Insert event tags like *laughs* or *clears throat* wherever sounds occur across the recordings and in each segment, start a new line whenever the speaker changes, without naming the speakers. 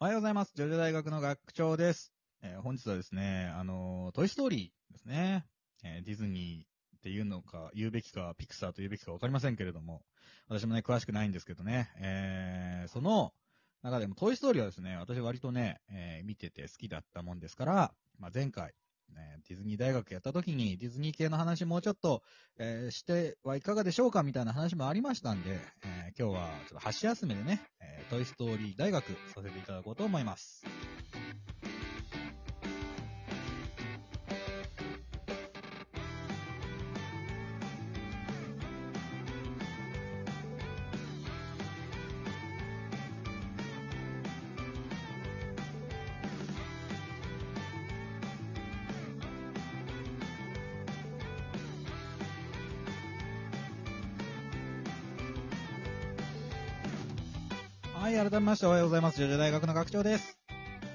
おはようございます。ジョジョ大学の学長です。えー本日はですね、あのートイストーリーですね。えーディズニーっていうのか、言うべきか、ピクサーと言うべきかわかりませんけれども、私もね、詳しくないんですけどね、えーその中でもトイストーリーはですね、私割とね、えー見てて好きだったもんですから、まあ、前回、ね、ディズニー大学やった時にディズニー系の話もうちょっと、えーしてはいかがでしょうかみたいな話もありましたんで、えー今日はちょっと箸休めでね、えートイストーリー大学させていただこうと思います。はい、改めましておはようございます。ジョジョ大学の学長です。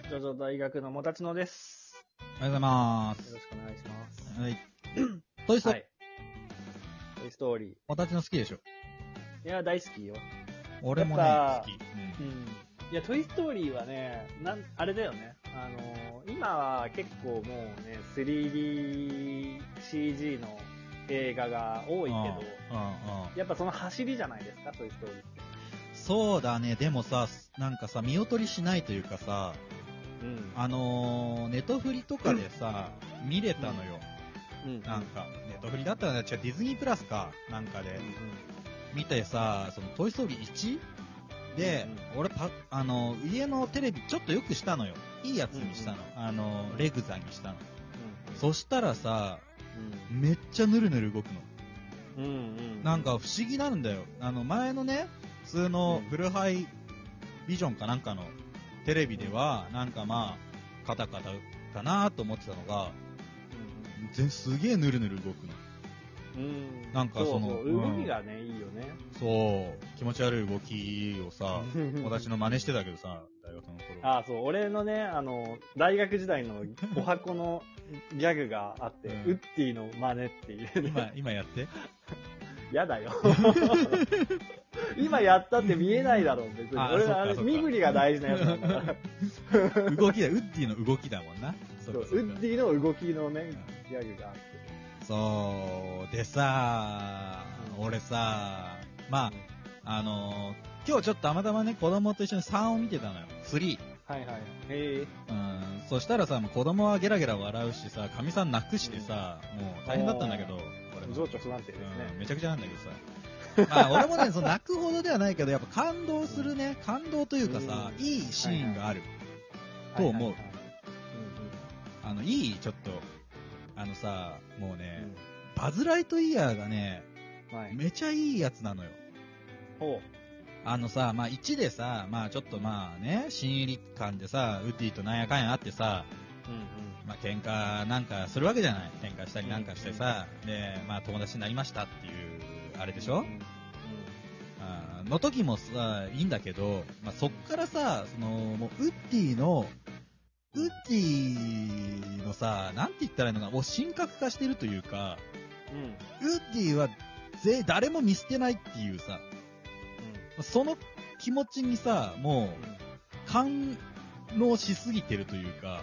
ジョジョ大学のもたちのです。
おはようございま
よ
す
ろ。しくお願いします。
*clears throat* はい。トイストー
は
リー、
い。トイストーリ
私の好きでしょ。
ー。いや、大好きよ。
俺もね、
やっ
好き。
ぱう
うん
ん。いや、トイストーリーはね、なん、あれだよね。あのー、今は結構もうね、3DCG の映画が多いけど、
うんうん
やっぱその走りじゃないですか、トイストーリーって。
そうだね、でもさ、なんかさ、見劣りしないというかさ、
うん。
あのー、ネトフリとかで *laughs* さ、見れたのよ。
うん。
なんか、ネトフリだったらね、違う、ディズニープラスか、なんかで、見てさ、その、トイストーリー 1? で、俺パ、あの、家のテレビちょっと良くしたのよ。いいやつにしたの。あの、レグザにしたの。そしたらさ、めっちゃヌルヌル動くの。
うん。うん。うん。うん。
なんか不思議なんだよ。あの、前のね、普通の
うん
フルハイビジョンかなんかのテレビでは、なんかまあ、カタカタだなと思ってたのが、全すげえヌルヌル動くの。
うん、うん。
なんかその
うう
うん
動きがね、いいよね。
そう、気持ち悪い動きを
*laughs*
さ、私の真似してたけどさ、大学の頃。
ああ、そう、俺のね、あの、大学時代のお箱のギャグがあって、
うん
ウッディの真似っていう、 *laughs* ね。
今、今やって。
やだ
*laughs*
よ。今やったって見えないだろう、別に。
あ
俺はあ
そっか
れ、
そっか
身振りが大事なやつなん
*laughs*
だから。
動きだ、ウッディの動きだもんな。そ
そううウ
かそう
ッディの動きのね、ギャグがあっ
か
て。
そう、でさ、俺さ、まあ、あのー今日ちょっとたまたまね、子供と一緒に3を見てたのよ。3。
はいはい。へえ。
うん、そしたらさ、もう子供はゲラゲラ笑うしさ、かみさん泣くしてさ、もう大変だったんだけど、俺も
情緒不安定です
うん
ね。
めちゃくちゃなんだけどさ。まあ、俺もね、その泣くほどではないけど、やっぱ感動するね、感動というかさ、
うん
いいシーンがある。
はいはいはい
どう思うあの、いい、ちょっと、あのさ、もう
うんう
ね、
ん
バズ・ライトイヤーがね、
うんはい。
めちゃいいやつなのよ。
ほ
あのさ、まあ1でさ、まあちょっとまあね、新入り感でさ、ウッディとなんやかんやあってさ、
う。うんうん。
まあ喧嘩なんかするわけじゃない。喧嘩したりなんかしてさ、で、まあ友達になりましたっていう、あれでしょ、
うんうん
あーの時もさ、いいんだけど、まあそっからさ、その、もうウッディの、ウッディのさ、なんて言ったらいいのかな、もう神格化してるというか、
うん。うん
ウッディはぜ誰も見捨てないっていうさ、その気持ちにさ、もう、感動しすぎてるというか、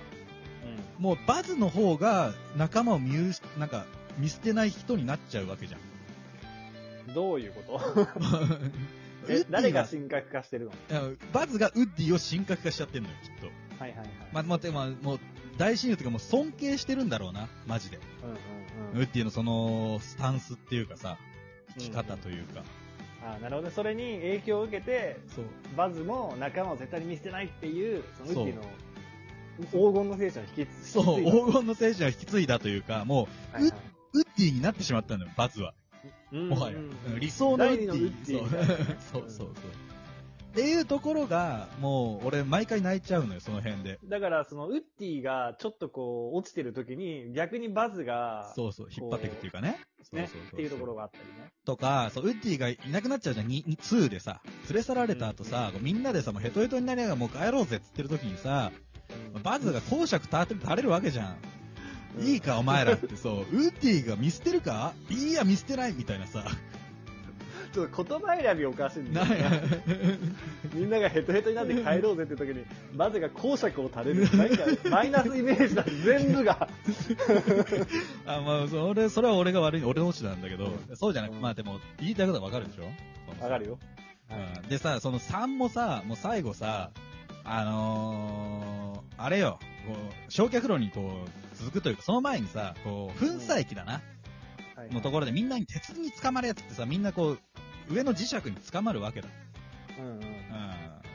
うん。
もうバズの方が仲間を見うなんか見捨てない人になっちゃうわ *laughs* けじゃん。
うん。どういうことえ、誰が神格化してるの
ウッディがいやバズがウッディを神格化しちゃってんのよ、きっと。
はいはいはい。
ま、ま、て、まあ、もう、大親友というかもう尊敬してるんだろうな、マジで。
うんうん
ウ
うん。
ッディのその、スタンスっていうかさ、生き方と
いう。
いうか。
あなるほど。それに影響を受けて、
そう。
バズも仲間を絶対に見捨てないっていう、そのウ
そう
ッディの黄金の聖者を引き継い
そう、黄金の精神を引き継いだというか、も
はいはい
ウ、ウッディになってしまったのよ、バズは。
うん
もはや
うん。
理想のウッ
第
デ
二のウ
ィ
ッディみたいなね。
そう *laughs* そうそうそう。っていうところが、もう、俺、毎回泣いちゃうのよ、その辺で。
だから、その、ウッディが、ちょっとこう、落ちてる時に、逆にバズが、
そうそう、引っ張っていくっていうかね。
ね
そうそうそう、
っていうところがあったりね。
とか、そう、ウッディがいなくなっちゃうじゃん、に2でさ。連れ去られた後さ、みんなでさ、もうヘトヘトになりながらもう帰ろうぜっつってる時にさ、
うん
バズが公爵垂れ垂れるわけじゃん。
うん
いいか、お
*laughs*
前らって、そう、ウッディが見捨てるかいいや、見捨てないみたいなさ。
ちょっと言葉選びおかしいんだ
な
よね。みんながヘトヘトになって帰ろうぜって時に、まずが公爵を垂れる。なんか、マイナスイメージだ。全部が。
あ、まあ、それ、それは俺が悪い、俺の落ちなんだけど、そうじゃなく、
うん
まあでも、言いたいことはわかるでしょ
わか
る。
るよ。
うんでさ、その3もさ、もう最後さ、あのー、あれよ、こう、焼却炉にこう、続くというか、その前にさ、こう、粉砕機だな、
はい
のところでみんなに鉄に捕まれっつってさ、みんなこう、上の磁石に捕まるわけだ。
うんうん。
うん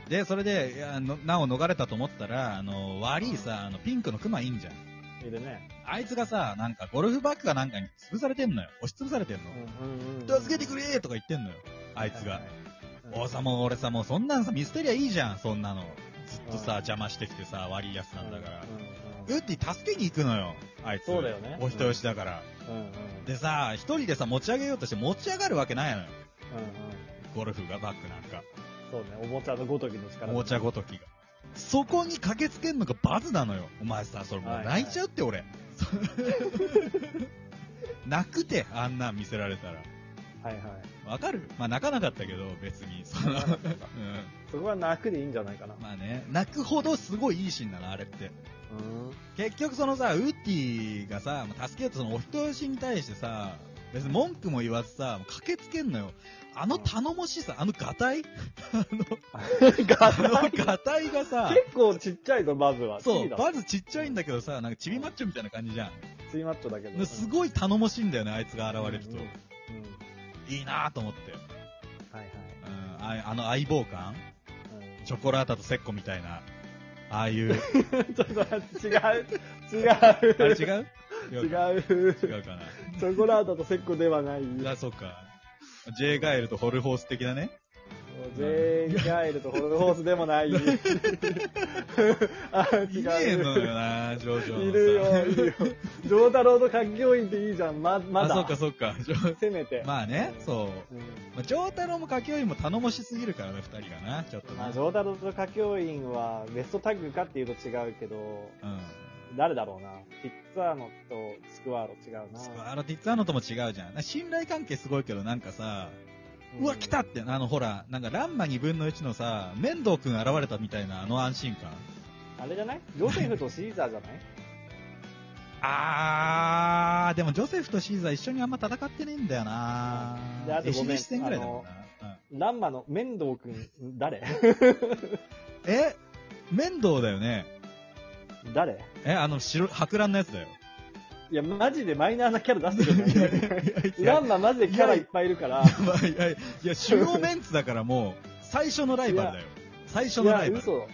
で、それで、いやのなお逃れたと思ったら、あの、悪いさ、あの、ピンクのクマいいんじゃん。
いるね。
あいつがさ、なんか、ゴルフバッグかなんかに潰されてんのよ。押し潰されてんの。
うんうんうん。
助けてくれとか言ってんのよ。あいつが。
はいはい。
おさ、もう俺さ、もうそんなんさ、ミステリアいいじゃん、そんなの。ずっと
うん
さ、邪魔してきてさ、悪いやつなんだから
う。
ウッディ助けに行くのよ、あいつ。
そうだよね
お人よしだから。
んうん。うんうん。
でさ、一人でさ、持ち上げようとして持ち上がるわけないのよ。
うんうん。
ゴルフがバッグなんか。
そうね。おもちゃのごときの力。
おもちゃごときが。そこに駆けつけるのがバズなのよ。お前さ、それも
は
う
い
泣いちゃうって俺。 *laughs* 泣くて、あんなん見せられたら。
はい
*laughs*
はい。
わかるまあ泣かなかったけど、別に。その、うん。
そこは泣くでいいんじゃないかな。
まあね、泣くほどすごいいいシーンなの、あれって。
うん。
結局そのさ、ウッディがさ、もう助けようとそのお人よしに対してさ、別に文句も言わずさ、もう駆けつけんのよ。あの頼もしさ、あのガタ
*laughs*
イあの、
ガ
あのガタイがさ、
*laughs* 結構ちっちゃいぞ、まずは。
そう、
バ
バズちっちゃいんだけどさ、なんかチビマッチョみたいな感じじゃん。
ツイマッチョだけど。
で、すごい頼もしいんだよね、あいつが現れると
うん。うん。うん
いいなぁと思って。
はいはい。
うん、ああの相棒感
うん
チョコラータとセッコみたいな。ああいう。
*laughs* ちょっと待って、
*laughs*
違
あれ
う。
違う
違う。違う。
違うか
チョコラートとセッコではない。
な。あ、そうか。J ガエルとホルホース的なね。
全員ガイルとホルホースでも
*laughs*
ない。あ、違う。
いねえのよな、ジョジョのさ。
いるよ、いるよ。ジョータローと活業員っていいじゃん。ま、ま
あ、そう
だ
か。そうか。ジョ
せめて。
まあね、そう。
う
まあ、ジョータロウもカキオイも頼もしすぎるからね、二人がな。ちょっと
ん。まあ、
な
ジ。ョータローと活業員はベストタッグかっていうと違うけど、
うん。
誰だろうな。ピッツァーノとスクワーロ違うな。
スクワロティッツァーノとも違うじゃん。信頼関係すごいけど、なんかさ、
ん
うわ、来たって、あの、ほら、なんか、ランマ2分の1のさ、面堂くん現れたみたいな、あの安心感。
あれじゃないジョセフとシーザーじゃない *laughs*
あー、でも、ジョセフとシーザー一緒にあんま戦ってねえんだよな
であと
エシ
ごめん
ビシ戦ぐらいだもんな。うん
ランマの面堂くん、誰
え面堂だよね。
誰
え、あの、白、白蘭のやつだよ。
いや、マジでマイナーなキャラ出し
い
て
やい
くれ
や
ない
やい
い。
や
ランママジでキャラいっぱいいるか
ま
ら。
あいやいや、主要メンツだからもう、最初のライバルだよ。最初
い
の
や
ラ、イバル。
嘘。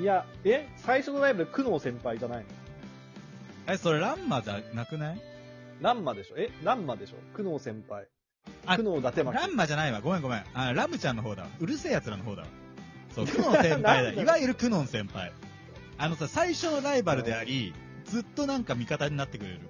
いや、え最初のライブで久能先輩じゃないの
え、それランマじゃなくない
ランマでしょえランマでしょ久能先輩。
あ
久能伊達巻。
ランマじゃないわ。ごめんごめん。あ、ラムちゃんの方だわ。うるせえ奴らの方だわ。そう、クノン先輩
な
だ。
んだ
いわゆるクノン先輩。あのさ、最初のライバルであり、ずっとなんか味方になってくれる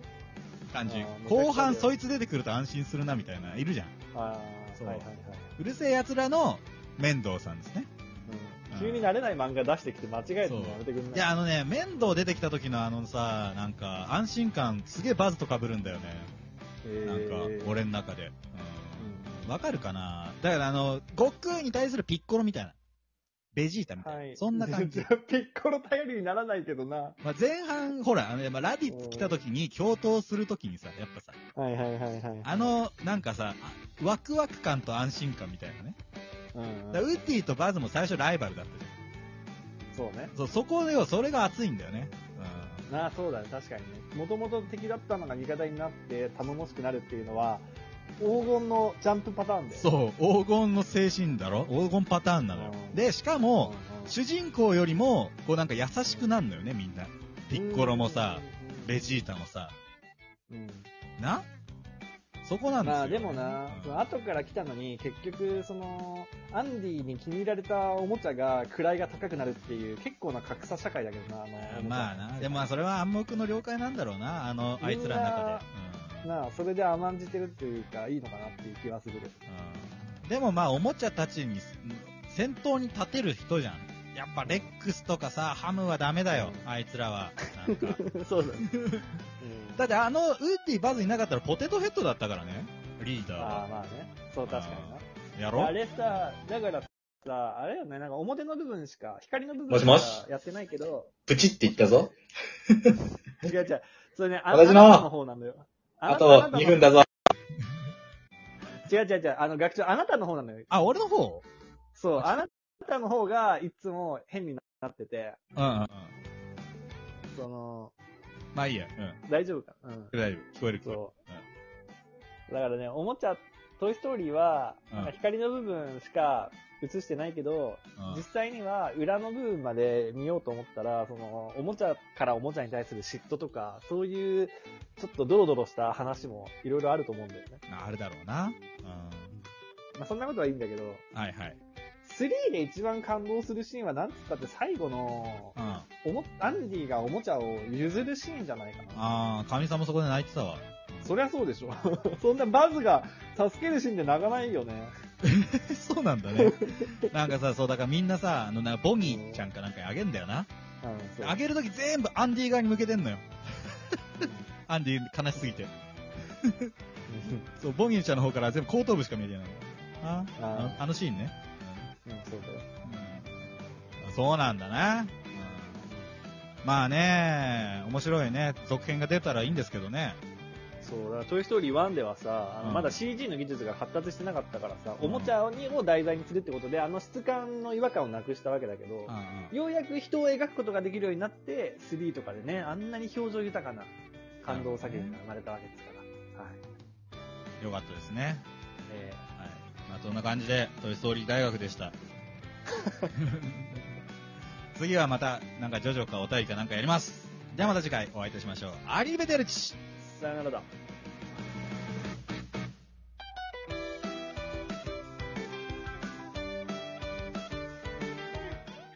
感じ
あー。
後半そいつ出てくると安心するなみたいな、いるじゃん。
あー
そう
はいはいはい。
うるせえ奴らの面倒さんですね。
うん
あー
急に慣れない漫画出してきて間違えてもやめてくんない
いや、あのね、面倒出てきた時のあのさ、なんか安心感すげえバズと被るんだよね。
え
なんか、
ー
俺の中で。
うん
わ、かるかなだからあの、悟空に対するピッコロみたいな。ベジータみたいな。
はい。
そんな感じ
*laughs* 全。然ピッコロ頼りにならないけどな。
まあ、前半、ほら、あの、やっぱラディッツ来た時に、共闘する時にさ、やっぱさ、
はいはいはいはい。
あの、なんかさ、あワクワク感と安心感みたいなね。
うん
だ
うん、
からウッディとバズも最初ライバルだったじゃ
そうね。
ん。そう、そこでよ、それが熱いんだよね。
なあ、そうだね、確かにね。もともと敵だったのが味方になって頼もしくなるっていうのは、黄金のジャンプパターン
うん。
で。う。
そう、黄金の精神だろ黄金パターンなのよ
う。ん
で、しか
うんうん
も、主人公よりも、こうなんか優しくなんのよね、みんな。ピッコロもさ、、ベジータもさ、
うんうんうん
なそこなんですよ。
まあでもな、そ
うん
の後から来たのに、結局、その、アンディに気に入られたおもちゃが、位が高くなるっていう、結構な格差社会だけどな、あのおもちゃ
まあな、でもまあそれは暗黙の了解なんだろうな、あの、あいつらの中で。うん
なあ、それで甘んじてるっていうか、いいのかなっていう気はするけど。
うんでもまあおもちゃたちに、先頭に立てる人じゃん。やっぱレックスとかさ、ハムはダメだよ、あいつらは。なんか
そうだね。
だってあの、ウッディバズいなかったらポテトヘッドだったからね、リーダー
ああ、
は。
まあね。そう、確かにな。
やろ
あれさ、だからさ、あれよね、なんか表の部分しか、光の部分
も
し
し
か
もし
やってないけど、
プチって言ったぞ。
違う違う。それね、あ
私の
あなたの方なのよ。
あ
な
と
た
2分だぞ。
違う違う違う。あの、学長、あなたの方なのよ。
あ、俺の方
そう、あなたの方がいつも変になってて、
うんうんうん。
その、
まあいいや。うん。
大丈夫かなうん。
大丈夫。聞こえる聞こ
そう。だからね、おもちゃ、トイストーリーは、
うん
なんか光の部分しか映してないけど、
える。うん
実際には裏の部分まで見ようと思ったら、その、おもちゃからおもちゃに対する嫉妬とか、そういう、ちょっとドロドロした話もいろいろあると思うんだよね。
ああるだろうな。
まあ、そんなことはいいんだけど、
うん。はいはい。
3で一番感動するシーンは、なんつったって最後の
う、ん。あ
おも、アンディがおもちゃを譲るシーンじゃないかな。
あー、神さんもそこで泣いてたわ。 *laughs*
そりゃそうでしょ。 *laughs* そんなバズが助けるシーンで泣かないよね。
そうなんだね。なんかさ、そう、だからみんなさ、あの、なんかボニーちゃんかなんかにあげんだよな。
うん、そう
あげるとき全部アンディ側に向けてんのよ。 *laughs* アンディ悲しすぎて。そう、ボニーちゃんの方から全部後頭部しか見えてないの。あ
あー
あのあのシーンね。
うん、そうだよ。
うんそうなんだな。うんまあね、面白いね。続編が出たらいいんですけどね。
そう、だからトイ・ストーリー1ではさ、あの
うん
まだ CG の技術が発達してなかったからさ、
うん
おもちゃにを題材にするってことで、あの質感の違和感をなくしたわけだけど、
うんうん
ようやく人を描くことができるようになって、3とかでね、あんなに表情豊かな感動作品が生まれたわけですから。はい。
よかったですね。
え
はい。まあ、そんな感じで、トイストーリー大学で *laughs* した。次はまた、なんかジョジョかお便りかなんかやります。ではまた次回お会いいたしましょう。アリーベテルチ
ー、さよならだ。